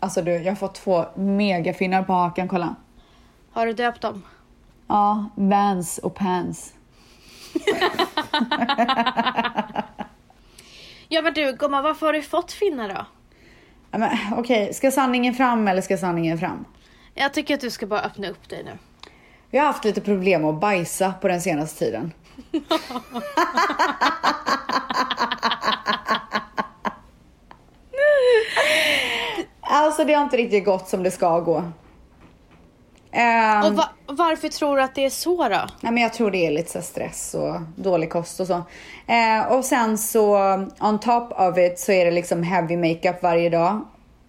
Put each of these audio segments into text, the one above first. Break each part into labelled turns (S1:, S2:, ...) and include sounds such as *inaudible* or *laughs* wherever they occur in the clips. S1: Alltså du, jag har fått två megafinnar på hakan, kolla.
S2: Har du döpt dem?
S1: Ja, Vans och Pants.
S2: Ja men du gumman, varför har du fått finnar då?
S1: Ja, men, Okej, ska sanningen fram eller ska sanningen fram?
S2: Jag tycker att du ska bara öppna upp dig nu.
S1: Jag har haft lite problem med att bajsa på den senaste tiden. alltså det har inte riktigt gått som det ska gå. Ehm,
S2: Och va- varför tror du att det är så då?
S1: Nej, men jag tror det är lite så här stress och dålig kost och så. Eh, och sen så on top of it så är det liksom heavy makeup varje dag.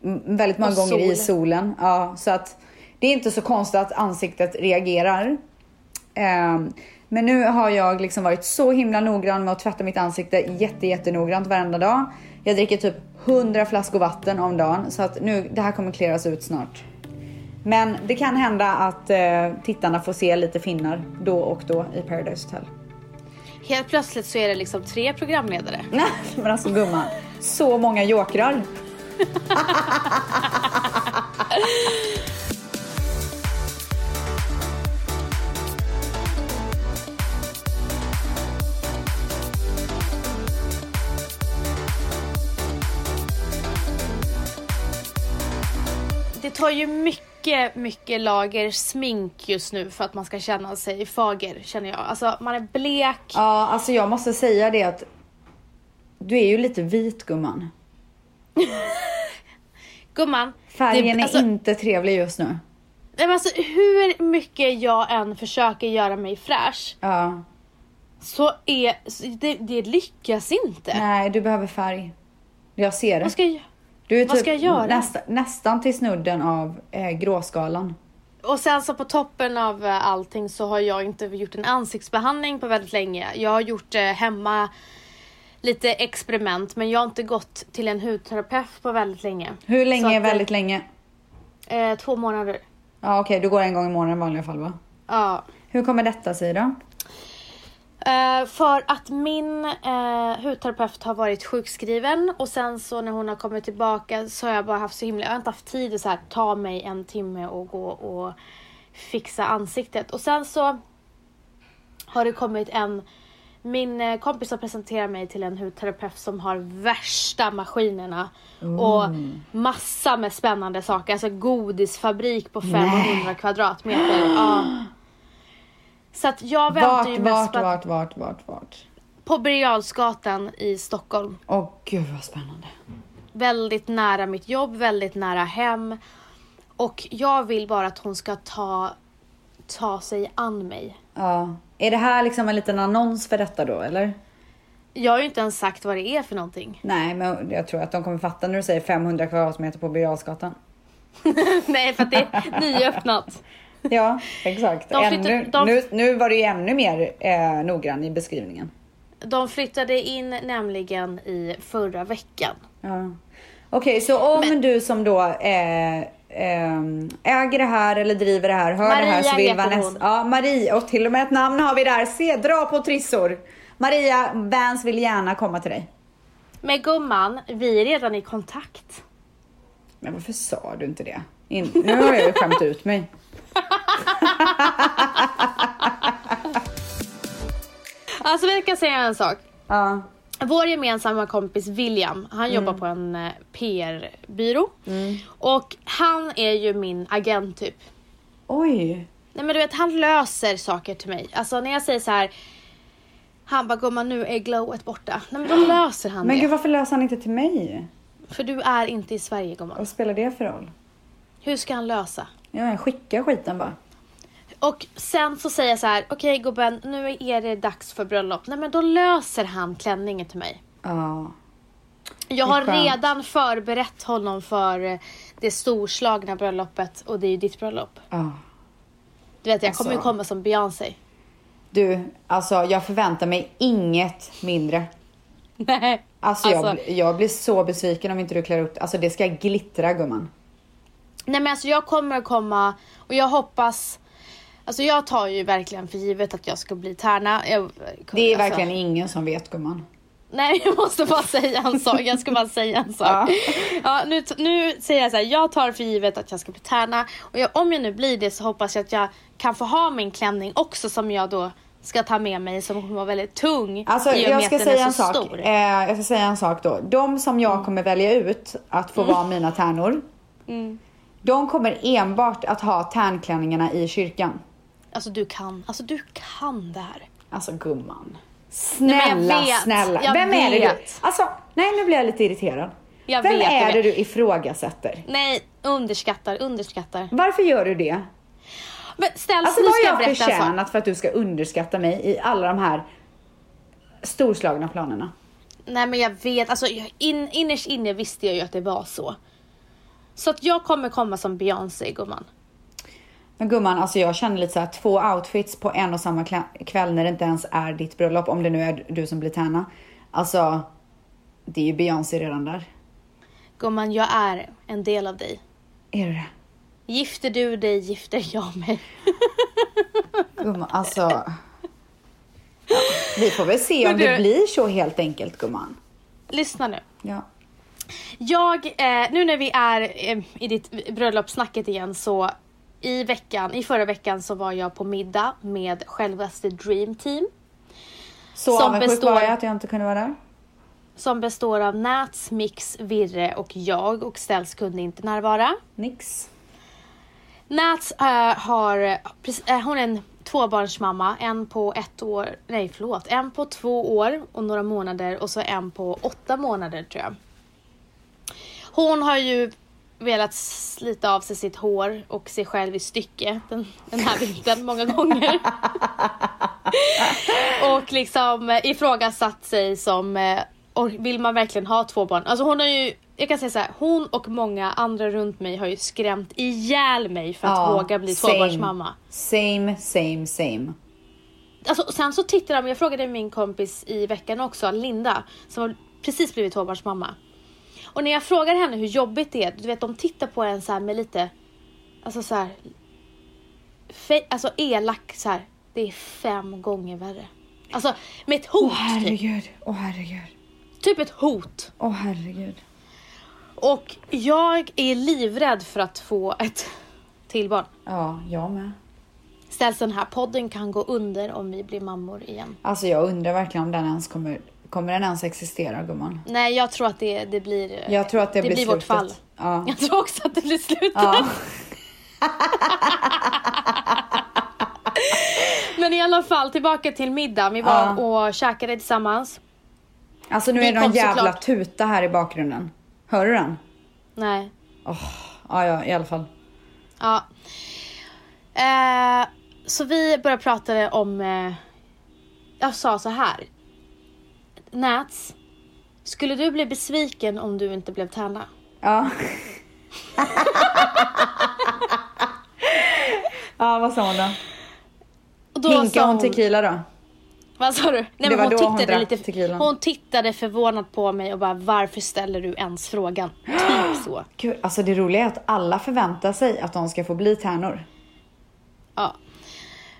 S1: Mm, Väldigt många
S2: Och
S1: gånger i
S2: sol.
S1: solen. Ja, så att det är inte så konstigt att ansiktet reagerar. Eh, men nu har jag liksom varit så himla noggrann med att tvätta mitt ansikte jätte, jättenoggrant varenda dag. Jag dricker typ 100 flaskor vatten om dagen så att nu, det här kommer clearas ut snart. Men det kan hända att eh, tittarna får se lite finnar då och då i Paradise
S2: *laughs*
S1: Hotel.
S2: Helt plötsligt så är det liksom tre programledare.
S1: Nej, men alltså gumman. Så många jokrar.
S2: Det tar ju mycket, mycket lager smink just nu för att man ska känna sig fager känner jag. Alltså man är blek.
S1: Ja, alltså jag måste säga det att du är ju lite vit gumman.
S2: Gumman.
S1: Färgen
S2: det, alltså,
S1: är inte trevlig just nu.
S2: nej, men alltså, hur mycket jag än försöker göra mig fräsch
S1: Ja,
S2: så är så det, det lyckas inte.
S1: nej, du behöver färg. Jag ser det.
S2: Vad ska jag
S1: Du är typ
S2: vad ska jag göra?
S1: Nästa, nästan till snudden av eh, gråskalan.
S2: Och sen så på toppen av eh, allting så har jag inte gjort en ansiktsbehandling på väldigt länge. Jag har gjort eh, hemma lite experiment men jag har inte gått till en hudterapeut på väldigt länge.
S1: Hur
S2: Så
S1: länge
S2: att,
S1: är väldigt länge?
S2: Eh, två månader.
S1: Ja, okej, du går en gång i månaden i vanliga fall va?
S2: Ja.
S1: Hur kommer detta sig då?
S2: Eh, för att min eh, hudterapeut har varit sjukskriven och sen så när hon har kommit tillbaka så har jag bara haft så himla, jag har inte haft tid att så här, ta mig en timme och gå och fixa ansiktet. Och sen så har det kommit en, min eh, kompis har presenterat mig till en hudterapeut som har värsta maskinerna och
S1: Mm.
S2: massa med spännande saker, alltså godisfabrik på 500 kvadratmeter. Ja. Så att jag väntar
S1: Vart,
S2: ju mest
S1: vart,
S2: på att
S1: vart, vart, vart, vart?
S2: på Birger i Stockholm.
S1: Åh gud vad spännande.
S2: Väldigt nära mitt jobb, väldigt nära hem. Och jag vill bara att hon ska ta, ta sig an mig.
S1: Ja. Är det här liksom en liten annons för detta då eller?
S2: Jag har ju inte ens sagt vad det är för någonting. *laughs*
S1: Nej, men jag tror att de kommer fatta när du säger 500 kvadratmeter på Birger Jarlsgatan.
S2: Nej, för att det är nyöppnat.
S1: Ja, *laughs* exakt.
S2: De
S1: ännu,
S2: flyttar- de-
S1: Nu, nu var du ju ännu mer eh, noggrann i beskrivningen.
S2: De flyttade in nämligen i förra veckan.
S1: Ja. Okej, så om du som då eh, ehm, äger det här eller driver det här, hör det här så
S2: Maria
S1: vill
S2: heter
S1: Vanessa...
S2: hon.
S1: Ja, Marie. Och till och med ett namn har vi där. Se, dra på trissor. Maria Vans vill gärna komma till dig.
S2: Men gumman, vi är redan i kontakt.
S1: Men varför sa du inte det? In... Nu har jag ju skämt ut mig.
S2: Alltså vi kan säga en sak.
S1: Ja.
S2: Vår gemensamma kompis William, han jobbar
S1: Mm.
S2: på en eh, PR-byrå. Och han är ju min agent typ.
S1: Oj.
S2: Nej men du vet han löser saker till mig. Alltså när jag säger så här. Han bara gumman nu är glowet borta. Nej
S1: *gasps*
S2: men då löser han
S1: Men
S2: det.
S1: gud, varför löser han inte till mig?
S2: För du är inte i Sverige gumman.
S1: Vad spelar det för roll?
S2: Hur ska han lösa?
S1: Ja, jag skickar skiten bara.
S2: Och sen så säger jag så här. Okej gubben nu är det dags för bröllop. Nej men då löser han klänningen till mig.
S1: Ja.
S2: Jag har
S1: Det är skönt.
S2: redan förberett honom för eh, det storslagna bröllopet och det är ju ditt bröllop.
S1: ja.
S2: Du vet jag kommer ju
S1: Alltså.
S2: komma som Beyoncé. *laughs*
S1: Du, alltså jag förväntar mig inget mindre.
S2: Nej.
S1: Alltså, Jag,
S2: Alltså.
S1: bli- jag blir så besviken om inte du klär upp Alltså det ska glittra gumman.
S2: Nej men alltså jag kommer att komma och jag hoppas Alltså jag tar ju verkligen för givet att jag ska bli tärna. Jag,
S1: Det är
S2: alltså,
S1: verkligen ingen som vet gumman.
S2: Nej jag måste bara säga en sak. Jag ska bara säga en sak.
S1: Ja.
S2: Ja. nu, t- nu säger jag så här, jag tar för givet att jag ska bli tärna. Och jag, om jag nu blir det så hoppas jag att jag kan få ha min klänning också som jag då ska ta med mig som kommer vara väldigt tung.
S1: Alltså,
S2: i och med
S1: jag
S2: att
S1: ska
S2: den är
S1: säga
S2: så
S1: en sak.
S2: stor.
S1: Eh, jag ska säga en sak då. De som jag kommer välja ut att få vara mina tärnor.
S2: Mm.
S1: De kommer enbart att ha tärnklänningarna i kyrkan.
S2: Alltså du kan, alltså du kan det här.
S1: Alltså gumman.
S2: jag
S1: Snälla,
S2: vet.
S1: snälla.
S2: Jag
S1: Vem är det du?
S2: vet.
S1: Alltså, nej nu blir jag lite irriterad.
S2: Jag
S1: Vem
S2: vet, jag
S1: är det
S2: vet.
S1: du ifrågasätter?
S2: Nej, underskattar, underskattar.
S1: Varför gör du det?
S2: Men snälla,
S1: Alltså
S2: nu
S1: vad
S2: ska
S1: har
S2: jag
S1: jag
S2: berätta en sak.
S1: förtjänat för att du ska underskatta mig i alla de här storslagna planerna?
S2: Nej men jag vet, alltså jag- in, innerst inne visste jag ju att det var så. Så att jag kommer komma som Beyoncé gumman.
S1: Men gumman, alltså jag känner lite så här två outfits på en och samma klä- kväll när det inte ens är ditt bröllop. Om det nu är du som blir tärna. Alltså, det är ju Beyoncé redan där.
S2: Gumman, jag är en del av dig.
S1: Är du det?
S2: Gifter du dig, gifter jag mig.
S1: Gumman, alltså. Ja, vi får väl se om
S2: Men du-
S1: det blir så helt enkelt gumman.
S2: Lyssna nu.
S1: Ja.
S2: Jag, eh, nu när vi är eh, i ditt bröllopssnacket igen så i veckan, i förra veckan så var jag på middag med självaste Dream Team.
S1: Så
S2: Som
S1: avundsjuk
S2: består-
S1: var jag att jag inte kunde vara där.
S2: Som består av Nats, Mix, Virre och jag och Ställs kunde inte närvara.
S1: Nix.
S2: Nats eh, har, precis- eh, hon är en tvåbarnsmamma, en på ett år, nej förlåt, en på två år och några månader och så en på åtta månader tror jag. Hon har ju velat slita av sig sitt hår och sig själv i stycke den, den här vintern
S1: *laughs*
S2: många gånger. och liksom eh, ifrågasatt sig som, eh, och vill man verkligen ha två barn? Alltså hon har ju, jag kan säga så här, hon och många andra runt mig har ju skrämt ihjäl mig för att
S1: Ja,
S2: våga bli
S1: same.
S2: tvåbarnsmamma.
S1: Same, same, same.
S2: Alltså, sen så tittar de, jag frågade min kompis i veckan också, Linda, som har precis blivit tvåbarnsmamma. Och när jag frågar henne hur jobbigt det är, du vet de tittar på en så här med lite, alltså så här, fe- alltså elak så här, det är fem gånger värre. Alltså med ett hot,
S1: Åh
S2: typ.
S1: herregud, åh herregud,
S2: typ ett hot.
S1: åh herregud.
S2: Och jag är livrädd för att få ett till barn.
S1: Ja, jag med.
S2: Ställs den här podden kan gå under om vi blir mammor igen.
S1: Alltså jag undrar verkligen om den ens kommer, kommer den ens existera gumman?
S2: Nej, jag tror att det, det blir
S1: Jag tror att det,
S2: det blir vårt
S1: slutet.
S2: fall.
S1: Ja.
S2: *laughs* Jag tror också att det blir slutet.
S1: Ja.
S2: Men i alla fall tillbaka till middagen. Vi var och käkade tillsammans.
S1: Alltså nu
S2: Vi
S1: är det någon
S2: kom
S1: jävla
S2: såklart.
S1: tuta här i bakgrunden. Hör du den?
S2: Nej.
S1: Ja, ja, i alla fall.
S2: Ja. Eh, så vi började prata om... Eh, jag sa så här. Nats, skulle du bli besviken om du inte blev tärna?
S1: Ja. *laughs* ja, vad sa hon då?
S2: Och då
S1: Hinkade
S2: sa
S1: hon tequila då?
S2: Vad sa du? Nej, men
S1: var
S2: hon,
S1: då hon
S2: tittade
S1: drack
S2: lite,
S1: tequilan.
S2: hon tittade förvånat på mig och bara varför ställer du ens frågan? Typ så.
S1: Gud, alltså det roliga är att alla förväntar sig att de ska få bli tärnor.
S2: Ja.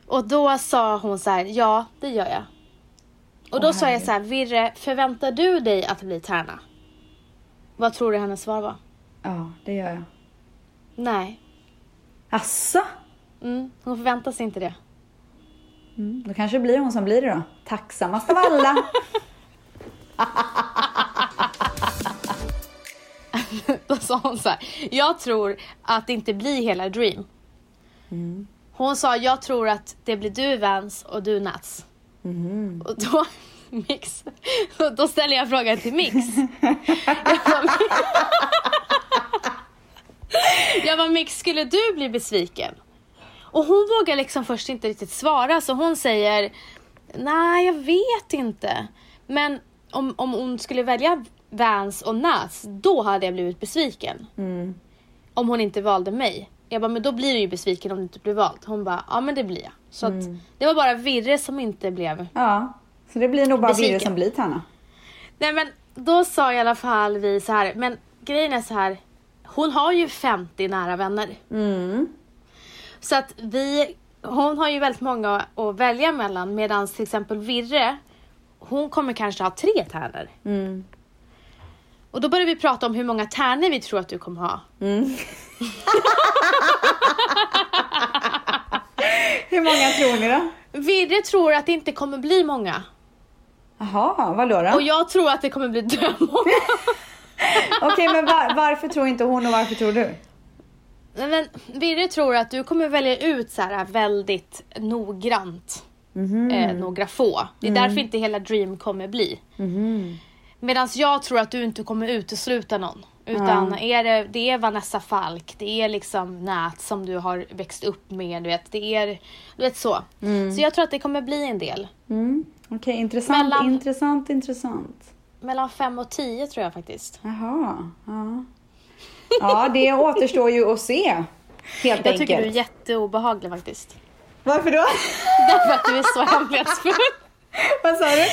S2: Och då sa hon så här, ja det gör jag. Och då sa jag så här, Virre, förväntar du dig att bli tärna? Vad tror du hennes svar var?
S1: Ja, det gör jag.
S2: Nej.
S1: Asså?
S2: Mm, hon förväntar sig inte det.
S1: Mm, då kanske det blir hon som blir det då. Tacksammast av
S2: *laughs*
S1: alla.
S2: *laughs* Då sa hon så här, jag tror att det inte blir hela Dream. Hon sa, jag tror att det blir du Vans och du Nats. Och då, *laughs* mix, då- då ställer jag frågan till Mix. Jag bara, jag bara Mix, skulle du bli besviken? Och hon vågar liksom först inte riktigt svara så hon säger Nej jag vet inte. Men om, om hon skulle välja Vans och Nas då hade jag blivit besviken. Om hon inte valde mig. Jag bara men då blir du ju besviken om du inte blir vald. Hon bara ja men det blir jag. Så att det var bara Virre som inte blev.
S1: Ja, så det blir nog bara Birre
S2: Besviken.
S1: som blir tärna.
S2: Nej men då sa i alla fall vi så här men grejen är så här. Hon har ju 50 nära vänner. Så att vi, hon har ju väldigt många att välja mellan medan till exempel Virre hon kommer kanske ha tre tärnor.
S1: Mm.
S2: Och då börjar vi prata om hur många tärnor vi tror att du kommer ha.
S1: Hur många tror ni då?
S2: Virre tror att det inte kommer bli många.
S1: Jaha, vadå då?
S2: Och jag tror att det kommer bli *laughs* dömånga.
S1: Okej, men var, varför tror inte hon och varför tror du?
S2: Nej, Men Virre tror att du kommer välja ut så här väldigt noggrant eh, några få. Det är därför inte hela Dream kommer bli. Mhm. Medan jag tror att du inte kommer utesluta någon. Utan är det, det är Vanessa Falk, det är liksom Nät som du har växt upp med. Du vet, det är du vet så. Så jag tror att det kommer bli en del.
S1: Mm. Okej, intressant,
S2: Mellan-
S1: intressant, intressant.
S2: Mellan fem och tio tror jag faktiskt.
S1: Jaha, ja. Ja, det återstår ju att se. Helt
S2: Jag
S1: enkelt.
S2: tycker du är jätteobehaglig faktiskt. *laughs*
S1: Varför då? *laughs*
S2: Därför att du är så hemlighetsfull.
S1: Vad sa du?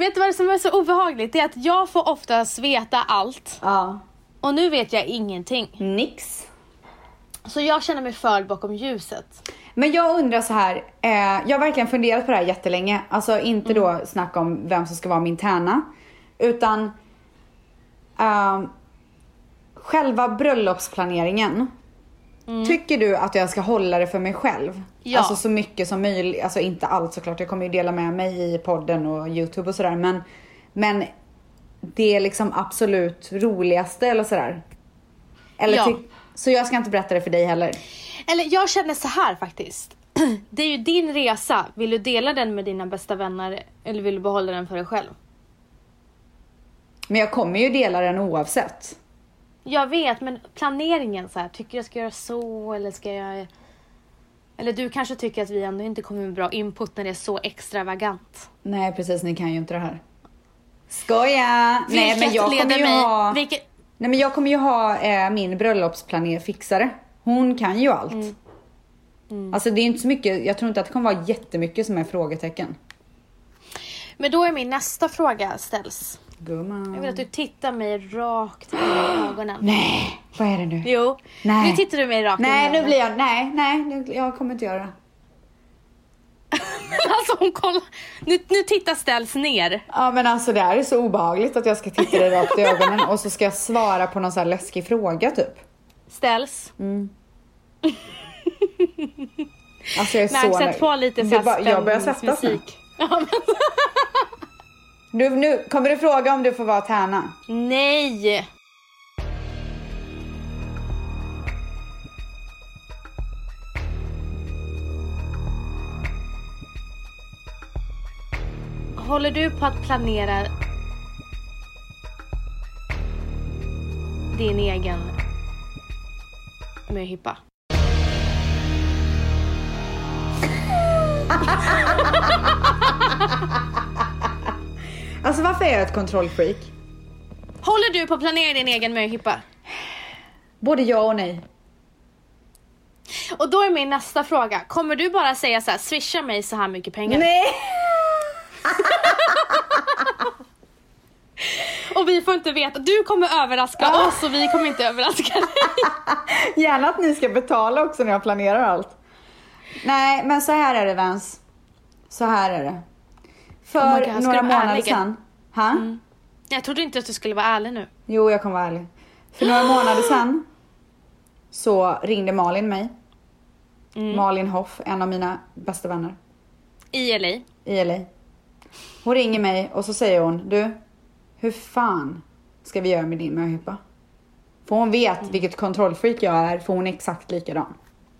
S2: Vet du vad som är så obehagligt? Det är att jag får oftast veta allt
S1: Ja.
S2: och nu vet jag ingenting.
S1: Nix.
S2: Så jag känner mig förd bakom ljuset.
S1: Men jag undrar så här. Eh, jag har verkligen funderat på det här jättelänge. Alltså inte
S2: Mm.
S1: då snack om vem som ska vara min tärna. Utan ehm, själva bröllopsplaneringen. Tycker du att jag ska hålla det för mig själv?
S2: Mm. Ja.
S1: Alltså så mycket som möjligt. Alltså inte allt såklart. Jag kommer ju dela med mig i podden och YouTube och sådär. Men, men det är liksom absolut roligaste eller sådär. Eller
S2: Ja.
S1: tyck- så jag ska inte berätta det för dig heller.
S2: Eller jag känner så här faktiskt. *clears throat* Det är ju din resa. Vill du dela den med dina bästa vänner eller vill du behålla den för dig själv?
S1: Men jag kommer ju dela den oavsett.
S2: Jag vet, men planeringen så här. Tycker jag ska göra så eller ska jag... Eller du kanske tycker att vi ändå inte kommer med bra input när det är så extravagant.
S1: Nej precis, ni kan ju inte det här. Skoja! Nej men
S2: Vilket
S1: jag
S2: leder
S1: kommer ju
S2: mig-
S1: ha,
S2: Vilket...
S1: Nej, men jag kommer ju ha eh, min bröllopsplaner fixare. Hon kan ju allt. Alltså det är inte så mycket, jag tror inte att det kommer vara jättemycket som är frågetecken.
S2: Men då är min nästa fråga ställs. Jag vill
S1: Gumman.
S2: att du tittar mig rakt i ögonen.
S1: *gasps* Nej, vad är det nu?
S2: Jo,
S1: Nej.
S2: nu tittar du mig rakt i
S1: Nej nu
S2: ögonen.
S1: blir jag, nej, nej, nu, jag kommer inte göra det.
S2: *laughs* Alltså hon kollar. Nu, nu tittar Ställs ner.
S1: Ja men alltså det här är så obehagligt att jag ska titta dig *laughs* rakt i ögonen och så ska jag svara på någon sån här läskig fråga typ.
S2: Ställs.
S1: Alltså jag är
S2: Nej,
S1: så
S2: sätt på lite
S1: Det
S2: så här
S1: är bara- Jag börjar svettas nu.
S2: spänningsmusik. Ja, men...
S1: Du, nu kommer du fråga om du får vara tärna.
S2: Nej! Håller du på att planera din egen möhippa?
S1: Alltså varför är jag ett kontrollfreak?
S2: Håller du på att planera din egen möhippa?
S1: Både ja och nej.
S2: Och då är min nästa fråga, kommer du bara säga så här, swisha mig så här mycket pengar?
S1: Nej! *laughs*
S2: Och vi får inte veta, du kommer överraska oss och vi kommer inte överraska dig.
S1: Gärna att ni ska betala också när jag planerar allt. Nej, men så här är det Vens. Så här är det.
S2: Oh
S1: För
S2: my God, ska
S1: några
S2: du vara
S1: månader
S2: ärlig? Mm.
S1: sedan. Ha?
S2: *laughs* Jag trodde inte att du skulle vara ärlig nu.
S1: Jo, jag kommer vara ärlig. För några månader sedan så ringde Malin mig.
S2: Mm.
S1: Malin Hoff, en av mina bästa vänner.
S2: I LA.
S1: i LA. Hon ringer mig och så säger hon, du, hur fan ska vi göra med din möhippa? För hon vet vilket kontrollfreak jag är, för hon är exakt likadan.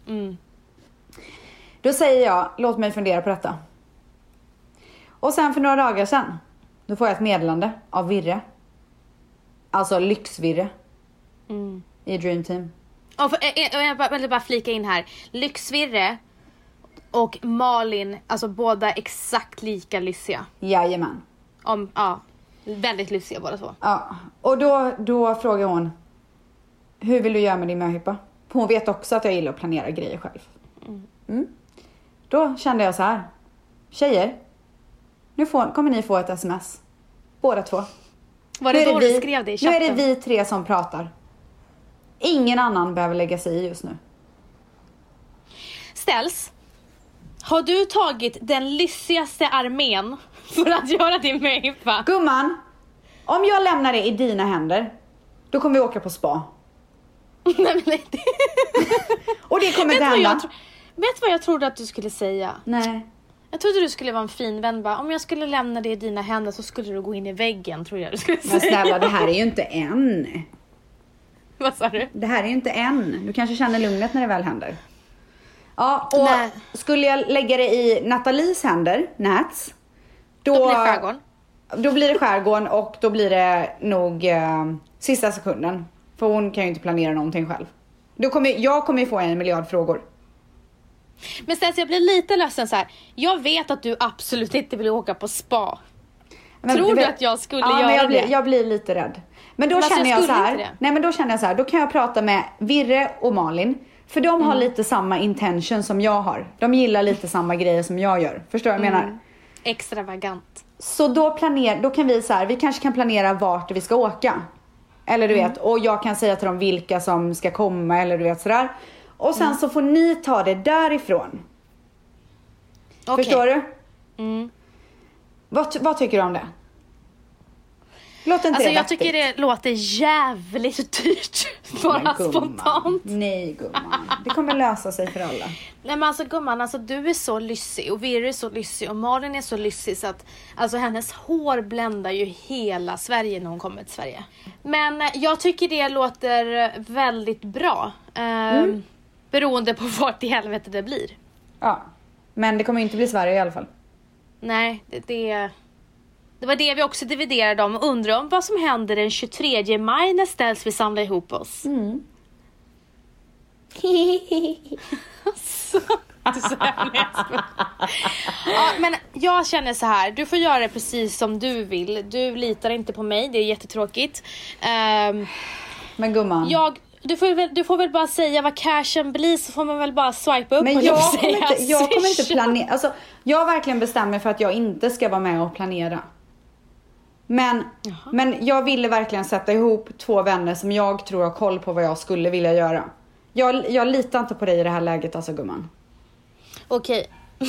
S2: Mm.
S1: Då säger jag, låt mig fundera på detta. Och sen för några dagar sedan, då får jag ett meddelande av Virre. Alltså Lyxvirre
S2: Mm.
S1: i Dream Team.
S2: Och, för, eh, eh, och jag bara- vill bara flika in här, Lyxvirre och Malin, alltså båda exakt lika lyssiga.
S1: Jajamän.
S2: Om, ja, väldigt lyssiga båda två.
S1: Ja, och då, då frågar hon Hur vill du göra med din möhippa? För Hon vet också att jag gillar att planera grejer själv. Mm. Då kände jag så här. Tjejer, nu får, kommer ni få ett sms. Båda två.
S2: Var
S1: Nu
S2: det
S1: är
S2: då
S1: vi,
S2: du skrev det i
S1: Nu
S2: chatten?
S1: är det vi tre som pratar. Ingen annan behöver lägga sig i just nu.
S2: Ställs, har du tagit den lyssigaste armén för att göra det med Ippa.
S1: Gumman, om jag lämnar det i dina händer, då kommer vi åka på spa.
S2: *laughs* Nej, men nej, det... *laughs*
S1: Och det kommer
S2: vet,
S1: inte
S2: du vad
S1: hända.
S2: jag tro... vet vad jag trodde att du skulle säga?
S1: Nej.
S2: Jag trodde du skulle vara en fin vän bara, om jag skulle lämna det i dina händer så skulle du gå in i väggen tror jag du skulle
S1: Men
S2: säga.
S1: snälla, det här är ju inte än.
S2: *laughs* Vad sa du?
S1: Det här är ju inte än. Du kanske känner lugnet när det väl händer. Ja, och
S2: Nej.
S1: skulle jag lägga det i Nathalies händer, Nats, då,
S2: Då blir skärgården.
S1: Då blir det skärgården och då blir det nog eh, sista sekunden. För hon kan ju inte planera någonting själv. Då kommer, jag kommer ju få en miljard frågor.
S2: Men sen så jag blir lite ledsen så här. jag vet att du absolut inte vill åka på spa. Tror du att jag skulle
S1: ja, men
S2: göra
S1: jag blir,
S2: det?
S1: Jag blir lite rädd. Men då
S2: Men alltså,
S1: känner
S2: jag
S1: jag, så
S2: skulle
S1: här.
S2: inte det.
S1: Nej men då känner jag så här. Då kan jag prata med Virre och Malin. För de
S2: Mm.
S1: har lite samma intention som jag har. De gillar lite samma grejer som jag gör. Förstår vad jag
S2: Mm.
S1: menar?
S2: Extravagant.
S1: Så då, planer, då kan vi så här, vi kanske kan planera vart vi ska åka. Eller du
S2: Mm.
S1: vet, och jag kan säga till dem vilka som ska komma eller du vet sådär. Och sen
S2: Mm.
S1: så får ni ta det därifrån.
S2: Okej.
S1: Förstår du?
S2: Mm.
S1: Vad, ty- vad tycker du om det? Låter inte
S2: Alltså
S1: det
S2: jag
S1: vettigt?
S2: tycker det låter jävligt dyrt. Bara
S1: Men gumman,
S2: spontant.
S1: Nej gumman, det kommer lösa sig för alla.
S2: Nej men alltså gumman, alltså, du är så lyssig och Virre är så lyssig och Malin är så lyssig så att alltså, hennes hår bländar ju hela Sverige när hon kommer till Sverige. Men eh, jag tycker det låter eh, väldigt bra. Eh, Beroende på *laughs* vart i helvete det blir.
S1: Ja. Men det kommer ju inte bli Sverige i alla fall.
S2: Nej, det, det, det var det vi också dividerade om. Undrar om vad som händer den 23 maj när ställs vi samlar ihop oss. Alltså, du är så jävla läskig. ja, men jag känner så här, du får göra det precis som du vill. Du litar inte på mig, det är jättetråkigt. Ehm,
S1: *laughs* Men gumman.
S2: jag, du, får väl, du får väl bara säga vad cashen blir så får man väl bara swipa upp
S1: men
S2: höll
S1: jag
S2: på att
S1: kommer,
S2: säga.
S1: inte, jag kommer inte
S2: Swisha.
S1: planera. Alltså, jag har verkligen bestämt mig för att jag inte ska vara med och planera. Men, men jag ville verkligen sätta ihop två vänner som jag tror har koll på vad jag skulle vilja göra. Jag, jag litar inte på dig i det här läget alltså gumman.
S2: Okej. *laughs*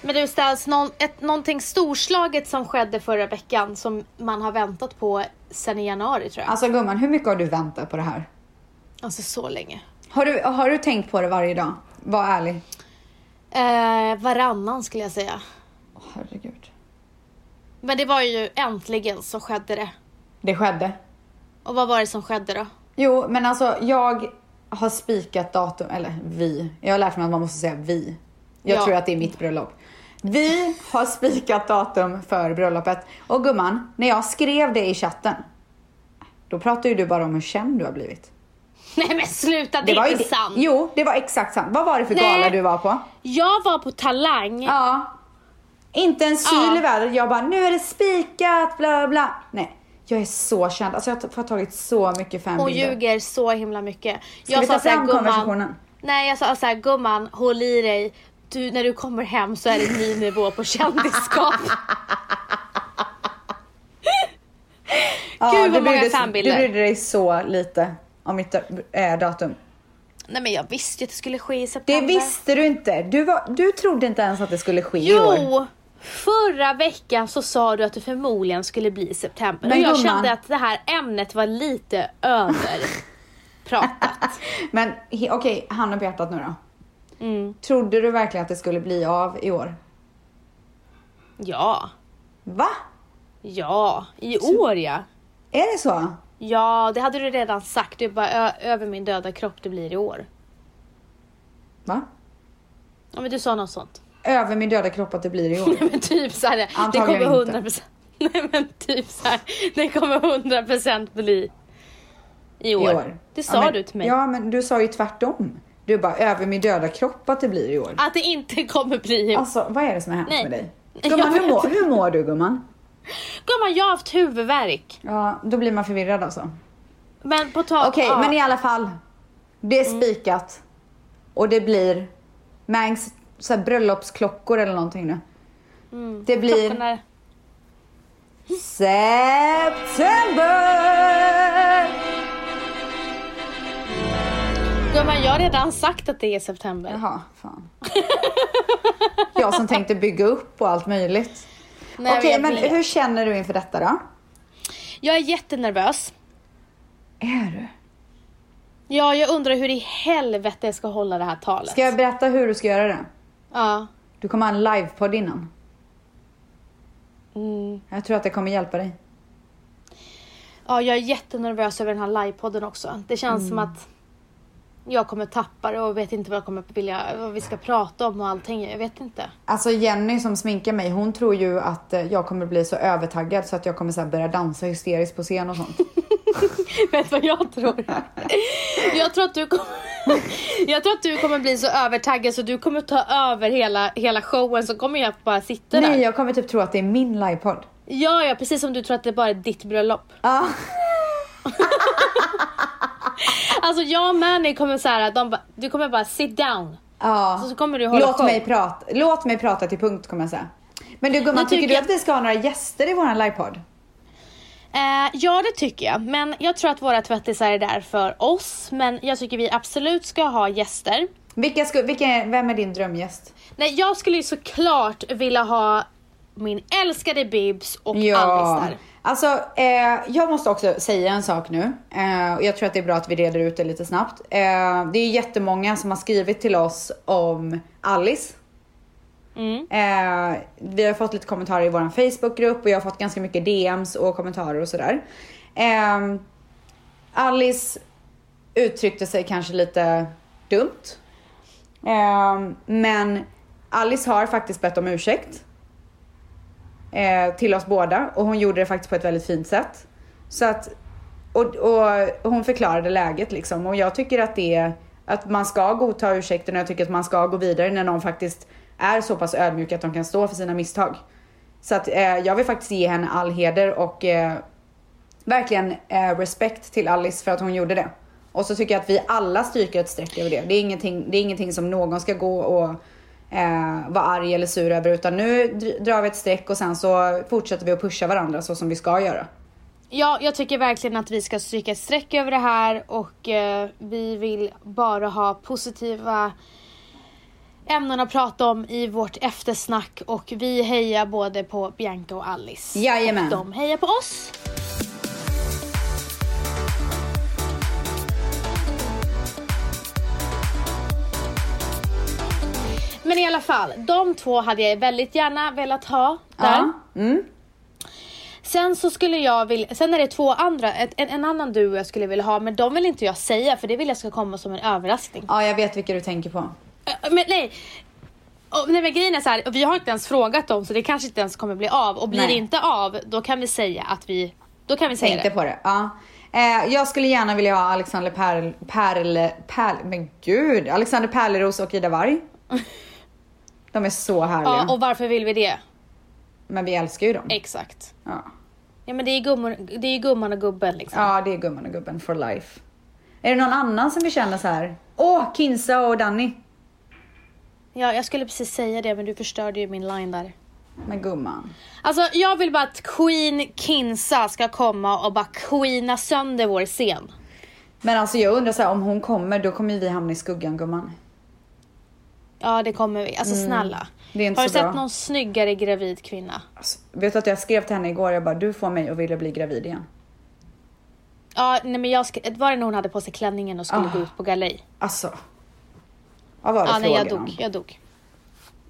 S2: Men du Stas, någon, ett, någonting storslaget som skedde förra veckan som man har väntat på sedan i januari tror jag.
S1: Alltså gumman, hur mycket har du väntat på det här?
S2: Alltså så länge.
S1: Har du, har du tänkt på det varje dag? Var ärlig.
S2: Eh, varannan skulle jag säga.
S1: Åh, herregud.
S2: Men det var ju äntligen så skedde det.
S1: Det skedde.
S2: Och vad var det som skedde då? *laughs*
S1: Jo, men alltså jag har spikat datum, eller vi. Jag har lärt mig att man måste säga vi. Jag
S2: Ja.
S1: tror att det är mitt bröllop. Vi har spikat datum för bröllopet. Och gumman, när jag skrev det i chatten, då pratade ju du bara om hur känd du har blivit.
S2: Nej men sluta, det, är
S1: ju
S2: inte
S1: det-
S2: sant.
S1: Jo, det var exakt sant. Vad var det för
S2: Nej.
S1: gala du var på?
S2: Jag var på Talang
S1: Ja. Inte en syl
S2: Ja.
S1: i vädret. Jag bara, nu är det spikat, bla bla. Nej, jag är så känd. Alltså jag har tagit så mycket
S2: Hon
S1: fanbilder.
S2: ljuger så himla mycket.
S1: vi ta
S2: så här,
S1: fram
S2: "Gumman-"
S1: konversationen?
S2: Nej jag sa såhär, gumman håll i dig. Du, när du kommer hem så är det en ny
S1: *laughs*
S2: nivå på kändisskap.
S1: Ja,
S2: Gud,
S1: du
S2: vad många
S1: brydde-
S2: fanbilder.
S1: Du brydde dig så lite om mitt äh, datum.
S2: Nej men jag visste ju att det skulle ske i
S1: Det
S2: september.
S1: visste du inte. Du, var, du trodde inte ens att det skulle ske i år. *laughs*
S2: Jo! Förra veckan så sa du att det förmodligen skulle bli i september.
S1: Men
S2: och jag
S1: gumman-
S2: kände att det här ämnet var lite
S1: *laughs*
S2: överpratat.
S1: Men he- okej, handen på hjärtat nu då.
S2: Mm.
S1: Trodde du verkligen att det skulle bli av i år?
S2: Ja.
S1: Va?
S2: Ja. I år ja.
S1: Är det så?
S2: Ja, det hade du redan sagt. Du är bara "Ö- över min döda kropp det blir i år.
S1: Va?
S2: Ja men du sa något sånt. *laughs*
S1: Över min döda kropp att det blir i år.
S2: Nej men typ såhär, det
S1: Antagligen
S2: kommer
S1: inte.
S2: 100 procent. *laughs* Nej men typ såhär, det kommer 100 procent bli i år. Det sa
S1: Ja, men,
S2: du till mig.
S1: Ja, men du sa ju tvärtom. Du bara, över min döda kropp att det blir i år.
S2: Att det inte kommer bli i år.
S1: Alltså, vad är det som har hänt
S2: Ah, Nej.
S1: med dig?
S2: *laughs* Jag
S1: Gumman, hur
S2: vet
S1: mår, hur mår du gumman?
S2: Gumman, jag har haft huvudvärk.
S1: Ja, då blir man förvirrad alltså.
S2: Men på tal
S1: Okej,
S2: ja. Mm.
S1: men i alla fall. Det är spikat. Och det blir Mangs så här, bröllopsklockor eller någonting nu. Det blir
S2: Klockan Mm. är...
S1: September!
S2: Gumman, jag har redan sagt att det är september.
S1: Jaha,
S2: *laughs*
S1: fan. Jag som tänkte bygga upp och allt möjligt.
S2: Nej,
S1: Okej,
S2: men jag,
S1: men
S2: vet.
S1: hur känner du inför detta då?
S2: jag är jättenervös.
S1: Är du?
S2: Ja, jag undrar hur i helvete jag ska hålla det här talet.
S1: Ska jag berätta hur du ska göra det?
S2: Ja.
S1: Du kommer ha en livepodd innan.
S2: Mm.
S1: Jag tror att det kommer hjälpa dig.
S2: ja, jag är jättenervös över den här livepodden också. Det känns som att jag kommer tappa det och vet inte vad jag kommer vilja, vad vi ska prata om och allting. Jag vet inte. *laughs*
S1: Alltså Jenny som sminkar mig, hon tror ju att eh, jag kommer bli så övertaggad så att jag kommer så här börja dansa hysteriskt på scen och sånt.
S2: Vet vad jag tror? *laughs* Jag tror att du kommer, *laughs* jag tror att du kommer bli så övertaggad så du kommer ta över hela, hela showen så kommer jag bara sitta
S1: Nej,
S2: där.
S1: jag kommer typ tro att det är min livepodd.
S2: Ja, ja, precis som du tror att det bara är ditt bröllop.
S1: Ja.
S2: Alltså jag och Manny kommer så här, de bara- du kommer bara sit down.
S1: *laughs* Ja.
S2: Så, så kommer du hålla
S1: Låt
S2: show.
S1: mig, prata, låt mig prata till punkt kommer jag säga. Men du gumman,
S2: Men
S1: tycker
S2: tycker
S1: du
S2: jag-
S1: att vi ska ha några gäster i våran livepodd?
S2: Eh, ja, det tycker jag. Men jag tror att våra tvättisar är där för oss. Men jag tycker vi absolut ska ha gäster.
S1: Vilka sku, vilka, är- vem är din drömgäst?
S2: Nej, jag skulle ju såklart vilja ha min älskade Bibs och Alice där.
S1: Alltså, eh, jag måste också säga en sak nu. Eh, och jag tror att det är bra att vi reder ut det lite snabbt. Eh, det är jättemånga som har skrivit till oss om Alice.
S2: Mm.
S1: Eh, vi har fått lite kommentarer i vår Facebookgrupp och jag har fått ganska mycket DMs och kommentarer och sådär. Eh, Alice uttryckte sig kanske lite dumt. Eh, men Alice har faktiskt bett om ursäkt. Eh, till oss båda och hon gjorde det faktiskt på ett väldigt fint sätt. Så att, och, och hon förklarade läget liksom och jag tycker att det är att man ska godta ursäkten och jag tycker att man ska gå vidare när någon faktiskt är så pass ödmjuk att de kan stå för sina misstag. Så att eh, jag vill faktiskt ge henne all heder och eh, verkligen eh, respekt till Alice för att hon gjorde det. Och så tycker jag att vi alla stryker ett streck över det. Det är ingenting, det är ingenting som någon ska gå och eh, vara arg eller sur över utan nu dr- drar vi ett streck och sen så fortsätter vi att pusha varandra så som vi ska göra.
S2: Ja, jag tycker verkligen att vi ska stryka ett streck över det här och eh, vi vill bara ha positiva ämnen att prata om i vårt eftersnack och vi hejar både på Bianca och Alice.
S1: Jajamän.
S2: Och de hejar på oss. Men i alla fall, de två hade jag väldigt gärna velat ha där.
S1: Ja. Mm.
S2: Sen så skulle jag vilja, sen är det två andra, ett, en, en annan duo jag skulle vilja ha men de vill inte jag säga för det vill jag ska komma som en överraskning.
S1: ja, jag vet vilka du tänker på.
S2: Ö, Men nej! Och, nej men grejen är så här, vi har inte ens frågat dem så det kanske inte ens kommer bli av och blir
S1: Nej.
S2: det inte av då kan vi säga att vi, då kan vi säga
S1: Tänkte
S2: det.
S1: på det. Ja. Eh, jag skulle gärna vilja ha Alexander Perl, Perl, Perl, men gud, Alexander Perleros och Ida
S2: *laughs*
S1: Warg. De är så härliga.
S2: Ja, och Eh. varför vill vi det?
S1: Men vi älskar ju dem.
S2: Exakt.
S1: Ja.
S2: Ja men det är gummor, det är ju gumman och gubben liksom.
S1: ja, det är gumman och gubben for life. Är det någon annan som vi känner så här? Åh, Kinsa och Danny.
S2: Ja jag skulle precis säga det men du förstörde ju min line där.
S1: Men gumman.
S2: Alltså jag vill bara att Queen Kinsa ska komma och bara queena sönder vår scen.
S1: Men alltså jag undrar så här, om hon kommer då kommer ju vi hamna i skuggan gumman.
S2: Ja det kommer vi. Alltså snälla.
S1: Mm. Det är inte
S2: Har du
S1: så
S2: sett
S1: bra.
S2: någon snyggare gravid kvinna?
S1: Alltså, vet du att jag skrev till henne igår, jag bara du får mig att vilja bli gravid igen.
S2: Ja nej men jag sk- var det när hon hade på sig klänningen och skulle
S1: Ah.
S2: gå ut på galej?
S1: Alltså. Vad var det
S2: Ja nej jag
S1: frågan om?
S2: dog, jag dog.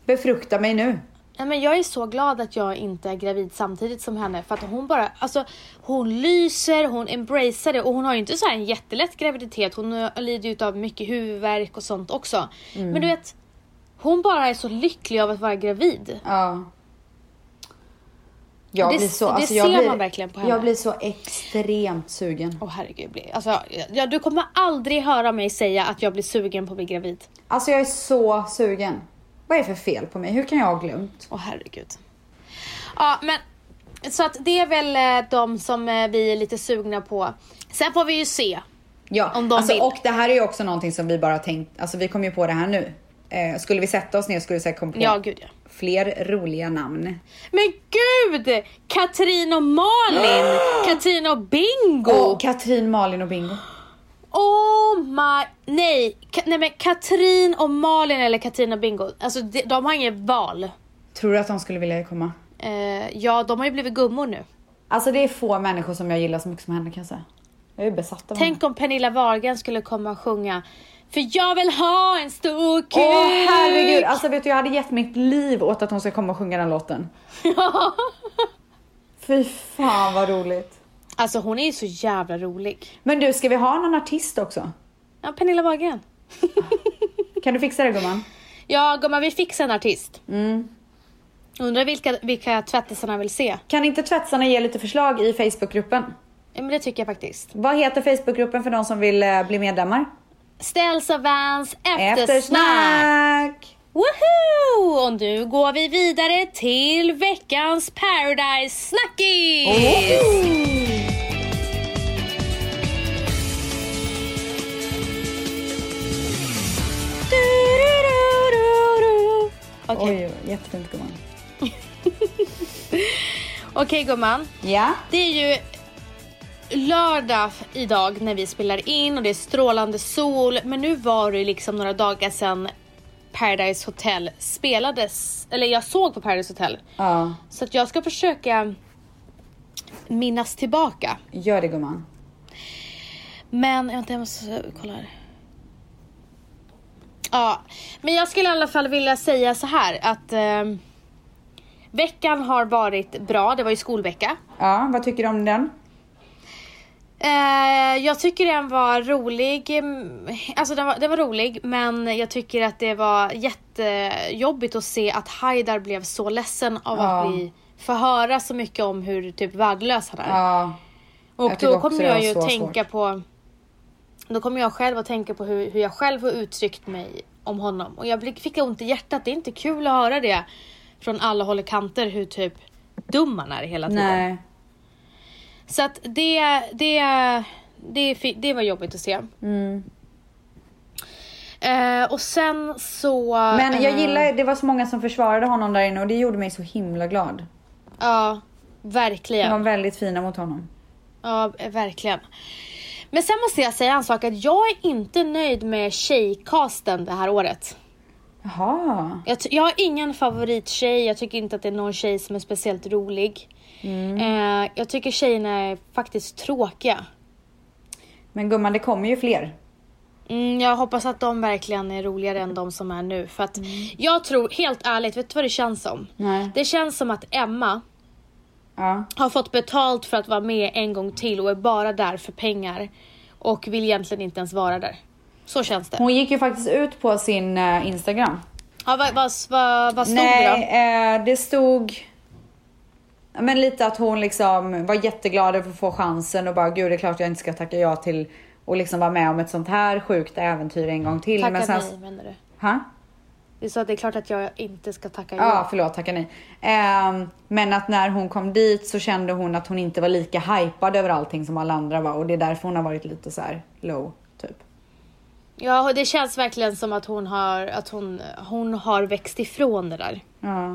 S1: Befrukta mig nu.
S2: Nej, men jag är så glad att jag inte är gravid samtidigt som henne för att hon bara, alltså hon lyser, hon embracear det och hon har ju inte så här en jättelätt graviditet. Hon eh, lider ju av mycket huvudvärk och sånt också.
S1: Mm.
S2: Men du vet, hon bara är så lycklig av att vara gravid.
S1: Ja. Jag
S2: Det-
S1: blir så,
S2: det
S1: alltså jag
S2: ser
S1: blir,
S2: man verkligen på henne.
S1: Jag blir så extremt sugen.
S2: Åh herregud, bli- alltså, ja, du kommer aldrig höra mig säga att jag blir sugen på att bli gravid.
S1: Alltså jag är så sugen. Vad är det för fel på mig? Hur kan jag ha glömt?
S2: Åh herregud. Ja men så att det är väl eh, de som eh, vi är lite sugna på. Sen får vi ju se.
S1: Ja,
S2: Om de
S1: alltså,
S2: vill.
S1: och det här är ju också någonting som vi bara tänkt, alltså vi kom ju på det här nu. Eh, Eh, skulle vi sätta oss ner skulle vi säkert komma på
S2: Ja, gud ja.
S1: fler roliga namn.
S2: Men gud! Katrin
S1: *gasps*
S2: och Malin! Katrin och Bingo!
S1: Och Katrin, Malin och Bingo.
S2: Oh my... Nej. Ka- nej men Katrin och Malin eller Katrin och Bingo. Alltså de, de har inget val.
S1: Tror du att de skulle vilja komma?
S2: Eh, ja, de har ju blivit gummor nu.
S1: Alltså det är få människor som jag gillar så mycket som henne kan jag säga. Jag är besatt av henne.
S2: Tänk om Pernilla Wahlgren skulle komma och sjunga För jag vill ha en stor kuk!
S1: Åh herregud, alltså vet du jag hade gett mitt liv åt att hon ska komma och sjunga den
S2: *laughs*
S1: låten. Fy fan vad roligt.
S2: Alltså hon är ju så jävla rolig.
S1: Men du, ska vi ha någon artist också?
S2: Ja, Pernilla Wahlgren. *laughs*
S1: Kan du fixa det gumman?
S2: Ja gumman, vi fixar en artist. Undrar vilka, vilka tvättisarna vill se.
S1: Kan inte tvättsarna ge lite förslag i Facebookgruppen?
S2: Ja, men det tycker jag faktiskt.
S1: Vad heter Facebookgruppen för de som vill eh, bli medlemmar?
S2: Ställs och Vans eftersnack!
S1: Eftersnack!
S2: Woho! Och nu går vi vidare till veckans Paradise Snackis!
S1: Oh.
S2: Du-du-du-du-du. Okej,
S1: Oj, jättefint gumman.
S2: Okej, gumman.
S1: Ja,
S2: Det är ju lördag idag när vi spelar in och det är strålande sol. Men nu var det ju liksom några dagar sedan Paradise Hotel spelades. Eller jag såg på Paradise Hotel.
S1: ja,
S2: Så att jag ska försöka minnas tillbaka.
S1: gör det gumman.
S2: Men vänta, jag måste kolla här. Ja, men jag skulle i alla fall vilja säga så här att eh, veckan har varit bra. Det var ju skolvecka.
S1: Ja, vad tycker du om den?
S2: Eh, jag tycker den var rolig. mm, Alltså den var, den var rolig men jag tycker att det var jättejobbigt att se att Haidar blev så ledsen av
S1: Ja.
S2: att vi får höra så mycket om hur typ värdelös han är.
S1: Ja,
S2: Och
S1: Jag tycker
S2: då
S1: också
S2: kommer
S1: det var
S2: jag ju
S1: så
S2: tänka på... Då kommer jag själv att tänka på hur, hur jag själv har uttryckt mig om honom. Och jag blir- fick ont i hjärtat. Det är inte kul att höra det från alla håll och kanter hur typ dum man är hela tiden.
S1: nej.
S2: Så att det, det, det, fi- det var jobbigt att se.
S1: Mm.
S2: Eh, och sen så...
S1: Men jag
S2: eh,
S1: gillar, det var så många som försvarade honom där inne och det gjorde mig så himla glad.
S2: Ja,
S1: De
S2: verkligen.
S1: var väldigt fina mot honom.
S2: Ja, verkligen. Men sen måste jag säga en sak att jag är inte nöjd med tjejcasten det här året.
S1: Jaha.
S2: Jag, ty- jag har ingen favorittjej, jag tycker inte att det är någon tjej som är speciellt rolig.
S1: Mm.
S2: Eh, jag tycker tjejerna är faktiskt tråkiga.
S1: Men gumman, det kommer ju fler.
S2: Mm, jag hoppas att de verkligen är roligare än de som är nu. För att jag tror, helt ärligt, vet du vad det känns som?
S1: Nej.
S2: Det känns som att Emma
S1: Ja.
S2: har fått betalt för att vara med en gång till och är bara där för pengar. Och vill egentligen inte ens vara där. Så känns det.
S1: Hon gick ju faktiskt ut på sin eh, Instagram.
S2: Ja, vad, vad, vad, vad stod det då?
S1: Nej, eh, det stod... Ja, Men lite att hon liksom var jätteglad över att få chansen och bara gud det är klart jag inte ska tacka ja till och liksom vara med om ett sånt här sjukt äventyr en gång till.
S2: Tacka
S1: sen...
S2: nej Mm. menar du?
S1: Ha?
S2: Du sa att det är klart att jag inte ska tacka
S1: Ja,
S2: ja.
S1: förlåt, tackar nej. Ehm, men att när hon kom dit så kände hon att hon inte var lika hypad över allting som alla andra var och det är därför hon har varit lite så här low, typ.
S2: Ja, och det känns verkligen som att hon har, att hon, hon har växt ifrån det där.
S1: Ja.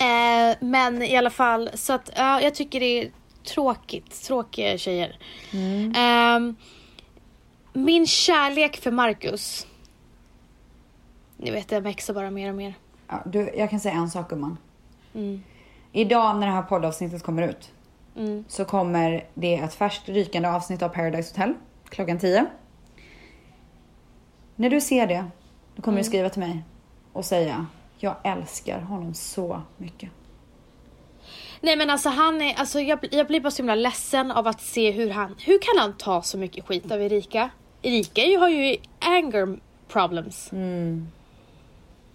S2: Eh, men i alla fall, så att ja, jag tycker det är tråkigt. Tråkiga tjejer. Ehm, min kärlek för Marcus. Ni vet, den växer bara mer och mer.
S1: Ja, du, jag kan säga en sak gumman.
S2: Mm.
S1: Idag när det här poddavsnittet kommer ut
S2: Mm.
S1: så kommer det ett färskt rykande avsnitt av Paradise Hotel klockan 10. När du ser det, då kommer du skriva till mig och säga jag älskar honom så mycket.
S2: Nej men alltså han är, alltså jag, bli- jag blir bara så himla ledsen av att se hur han, hur kan han ta så mycket skit av Erika? Erika ju har ju anger problems.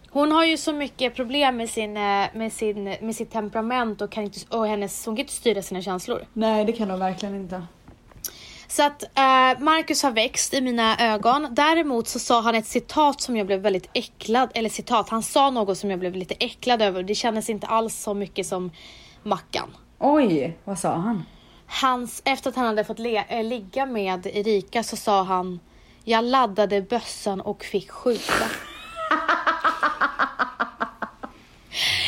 S2: Hon har ju så mycket problem med sin, eh, med sin, med sitt temperament och kan inte, och hennes, hon kan inte styra sina känslor.
S1: Nej, det kan de verkligen inte.
S2: Så att eh, Marcus har växt i mina ögon. Däremot så sa han ett citat som jag blev väldigt äcklad, eller citat, han sa något som jag blev lite äcklad över. Det kändes inte alls så mycket som Mackan.
S1: Oj, vad sa han?
S2: Hans, efter att han hade fått le, eh, ligga med Erika så sa han Jag laddade bössan och fick skjuta. *laughs*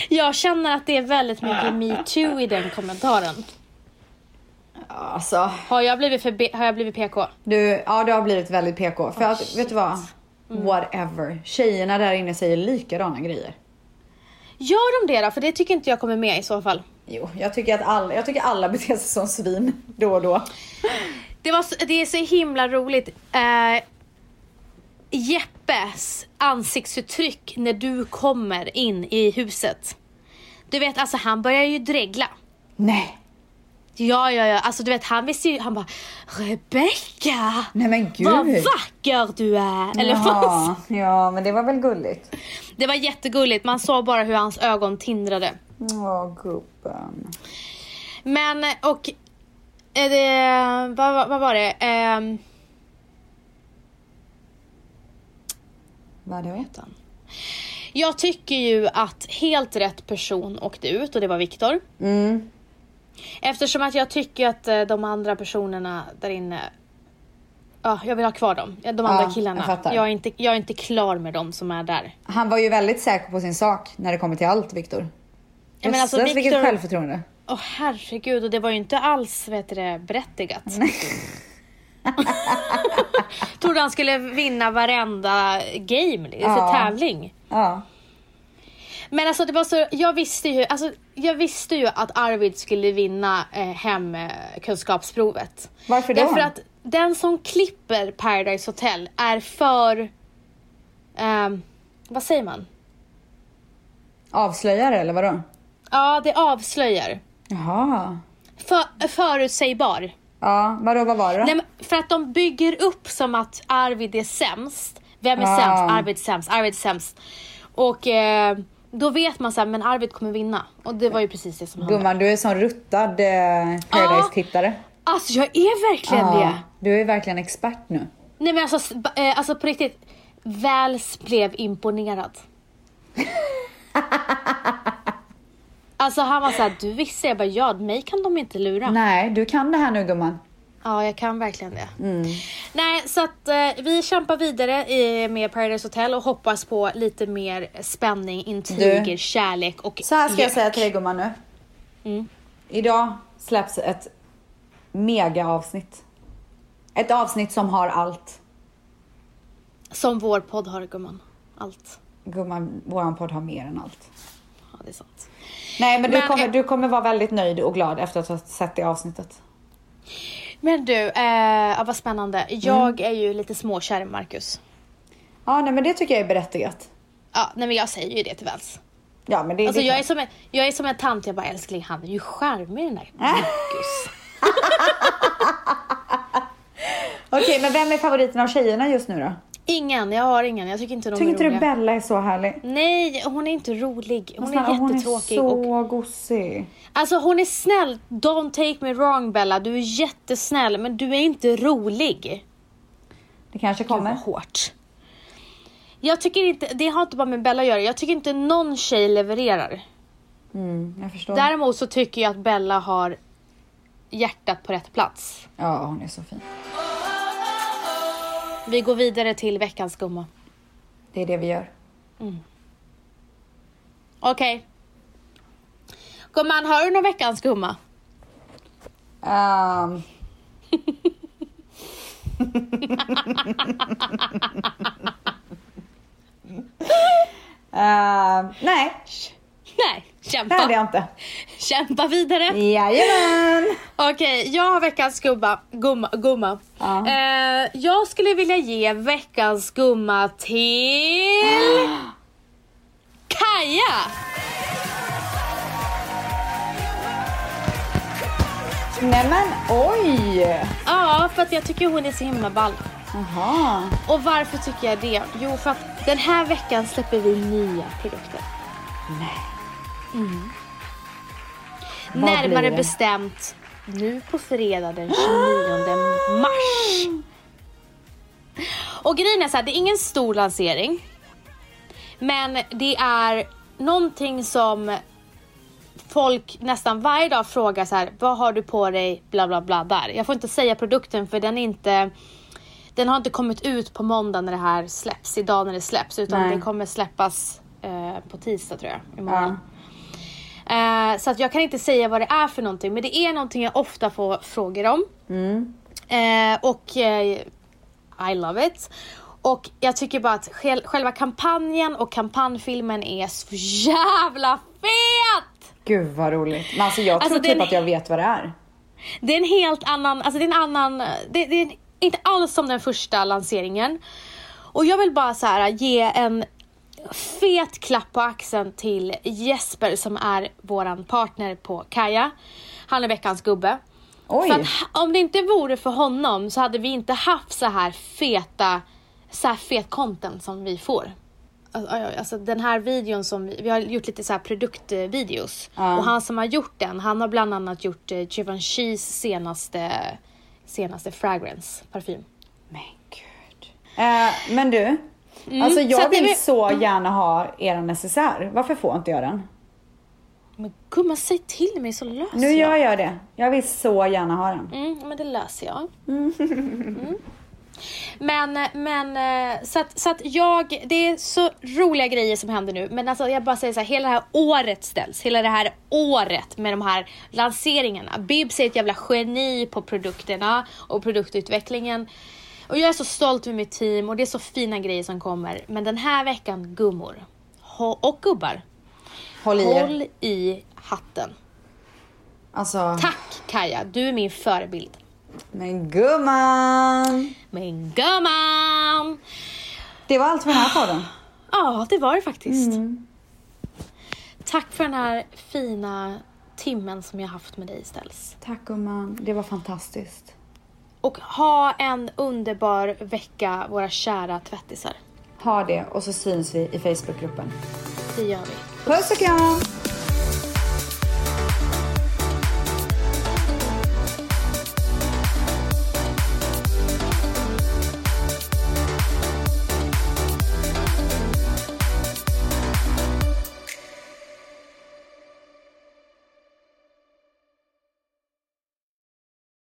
S2: Jag känner att det är väldigt mycket metoo i den kommentaren.
S1: Alltså,
S2: Har jag blivit, för B- har jag blivit PK?
S1: du, ja du har blivit väldigt PK. För att, vet
S2: shit.
S1: du vad? Mm. Whatever. Tjejerna där inne säger likadana grejer.
S2: Gör de det då? För det tycker inte jag kommer med i så fall.
S1: Jo, jag tycker att alla, jag tycker alla beter sig som svin då och då.
S2: Det, var så, det är så himla roligt. Eh, Jeppes ansiktsuttryck när du kommer in i huset. Du vet, alltså han börjar ju dregla.
S1: Nej,
S2: Ja, ja, ja. Alltså du vet, han visste ju, han bara Rebecka!
S1: nej men gud.
S2: Vad vacker du är! Eller vad?
S1: Jaha, ja men det var väl gulligt.
S2: Det var jättegulligt, man såg bara hur hans ögon tindrade.
S1: Åh gubben.
S2: Men och... eh, det- Vad, vad, vad var det? Ehm,
S1: Vadå?
S2: jag tycker ju att helt rätt person åkte ut och det var Viktor.
S1: Mm.
S2: Eftersom att jag tycker att eh, de andra personerna där inne Ja, jag vill ha kvar dem. De andra
S1: Ja,
S2: killarna.
S1: jag fattar.
S2: är inte, jag är inte klar med dem som är där.
S1: Han var ju väldigt säker på sin sak när det kommer till allt Viktor.
S2: Ja, men alltså,
S1: Jösses, vilket
S2: Viktor-
S1: självförtroende.
S2: Åh herregud, och det var ju inte alls vet du, det, berättigat. *laughs* Trodde han skulle vinna varenda game, liksom,
S1: Ja.
S2: tävling.
S1: Ja.
S2: Men alltså det var så, jag visste ju, alltså, jag visste ju att Arvid skulle vinna eh, hemkunskapsprovet.
S1: Varför då?
S2: Därför att den som klipper Paradise Hotel är för, ehm, vad säger man?
S1: Avslöjare eller vadå?
S2: Ja, det avslöjar.
S1: Jaha.
S2: För, förutsägbar.
S1: Ja, vadå vad var det då?
S2: Nej, men för att de bygger upp som att Arvid är sämst. Vem är
S1: Ah.
S2: sämst? Arvid är sämst, Arvid är sämst. Och eh, då vet man så här, men Arvid kommer vinna. Och det var ju precis det som hände.
S1: Gumman, du är sån ruttad eh, Paradise-tittare.
S2: Alltså jag är verkligen det.
S1: Du är verkligen expert nu.
S2: Nej men alltså, s- ba- eh, alltså på riktigt. Väls blev *laughs* imponerad. alltså han var såhär, du visste? Jag bara, ja mig kan de inte lura.
S1: Nej, du kan det här nu gumman.
S2: Ja, jag kan verkligen det. Nej, så att eh, vi kämpar vidare i, med Paradise Hotel och hoppas på lite mer spänning, intriger,
S1: Du.
S2: kärlek och...
S1: Så här ska jag säga till dig gumman nu.
S2: Mm.
S1: Idag släpps ett mega-avsnitt. Ett avsnitt som har allt.
S2: Som vår podd har, gumman. Allt.
S1: Gumman, våran podd har mer än allt.
S2: Ja, det är sant.
S1: Nej men, du,
S2: Men-
S1: kommer, du kommer vara väldigt nöjd och glad efter att ha sett det avsnittet.
S2: Men du, eh, ja, vad spännande. Jag är ju lite småkär i Marcus.
S1: Ja nej men det tycker jag är berättigat.
S2: Ja, nej men jag säger ju det till Vels.
S1: Ja men det är
S2: Alltså
S1: det
S2: jag är,
S1: klart.
S2: som en, jag är som en tant, jag bara älskling han är ju charmig den där Marcus.
S1: Okej men vem är favoriten av tjejerna just nu då?
S2: Ingen, jag har ingen. Jag tycker inte de
S1: Tycker
S2: är
S1: inte du
S2: roliga.
S1: Bella är så härlig?
S2: Nej, hon är inte rolig. Hon
S1: Snälla,
S2: är jättetråkig.
S1: Hon är
S2: och
S1: så gosig.
S2: Alltså hon är snäll, don't take me wrong Bella, du är jättesnäll men du är inte rolig.
S1: Det kanske
S2: Vad
S1: kommer.
S2: hårt. Jag tycker inte, det har inte bara med Bella att göra, jag tycker inte någon tjej levererar.
S1: Mm, jag förstår.
S2: Däremot så tycker jag att Bella har hjärtat på rätt plats.
S1: Ja hon är så fin.
S2: Vi går vidare till veckans gumma.
S1: Det är det vi gör.
S2: Okej. Gumman, har du någon veckans gumma?
S1: Ehm. Ehm, nej,
S2: Nej,
S1: det hade
S2: kämpa.
S1: jag inte.
S2: Kämpa vidare.
S1: Jajamän!
S2: Okej, jag har veckans gumma. gumma, gumma.
S1: Ja.
S2: Eh, jag skulle vilja ge veckans gumma till... Kaja!
S1: Nej men oj!
S2: Ja, för att jag tycker hon är så himla ball.
S1: Jaha.
S2: Och varför tycker jag det? Jo, för att den här veckan släpper vi nya produkter.
S1: Vad blir
S2: Närmare
S1: det?
S2: bestämt nu på
S1: *gasps*
S2: fredag den 29 mars. Och grejen är så här, det är ingen stor lansering. Men det är någonting som folk nästan varje dag frågar så här, vad har du på dig, bla bla bla där. Jag får inte säga produkten för den är inte, den har inte kommit ut på måndag när det här släpps, idag när det släpps, utan
S1: Nej.
S2: den kommer släppas eh, på tisdag tror jag, imorgon. Eh, så att jag kan inte säga vad det är för någonting, men det är någonting jag ofta får frågor om. Eh, och eh, I love it. Och jag tycker bara att själ- själva kampanjen och kampanjfilmen är så jävla fet!
S1: Gud vad roligt. Men alltså jag tror
S2: Alltså,
S1: typ
S2: den-
S1: att jag vet vad det är.
S2: Det är en helt annan, alltså det är en annan, det, det är inte alls som den första lanseringen. Och jag vill bara så här ge en fet klapp på axeln till Jesper som är våran partner på Kaja. Han är veckans gubbe.
S1: Oj!
S2: För att, h- om det inte vore för honom så hade vi inte haft så här feta, så här fet content som vi får. Alltså, oj, oj, alltså den här videon som vi, vi har gjort lite så här produktvideos.
S1: Ja.
S2: Och han som har gjort den, han har bland annat gjort eh, Givenchys senaste, senaste fragrance, parfym.
S1: Men gud. Eh, men du. Alltså
S2: Mm, så
S1: jag
S2: att det
S1: vill
S2: blir-
S1: så gärna ha er necessär. Varför får inte jag den?
S2: Men gumman, säg till mig så löser
S1: Nu
S2: Alltså, jag.
S1: gör jag det. Jag vill så gärna ha den.
S2: Mm, men det löser jag. Mm. Men, men eh, så att, så att jag, det är så roliga grejer som händer nu. Men alltså jag bara säger så här, hela det här året ställs. Hela det här året med de här lanseringarna. Bibs är ett jävla geni på produkterna och produktutvecklingen. Och jag är så stolt över mitt team och det är så fina grejer som kommer. Men den här veckan, gummor. Ho- och gubbar.
S1: Håll i er.
S2: Håll i hatten.
S1: Alltså,
S2: Tack Kaja, du är min förebild.
S1: men gumman.
S2: Men gumman!
S1: Det var allt för den här podden.
S2: Ja, det var det faktiskt. Tack för den här fina timmen som jag haft med dig Ställs.
S1: Tack gumman. Det var fantastiskt.
S2: Och ha en underbar vecka våra kära tvättisar.
S1: Ha det och så syns vi i Facebookgruppen.
S2: Det gör vi.
S1: Puss och kram!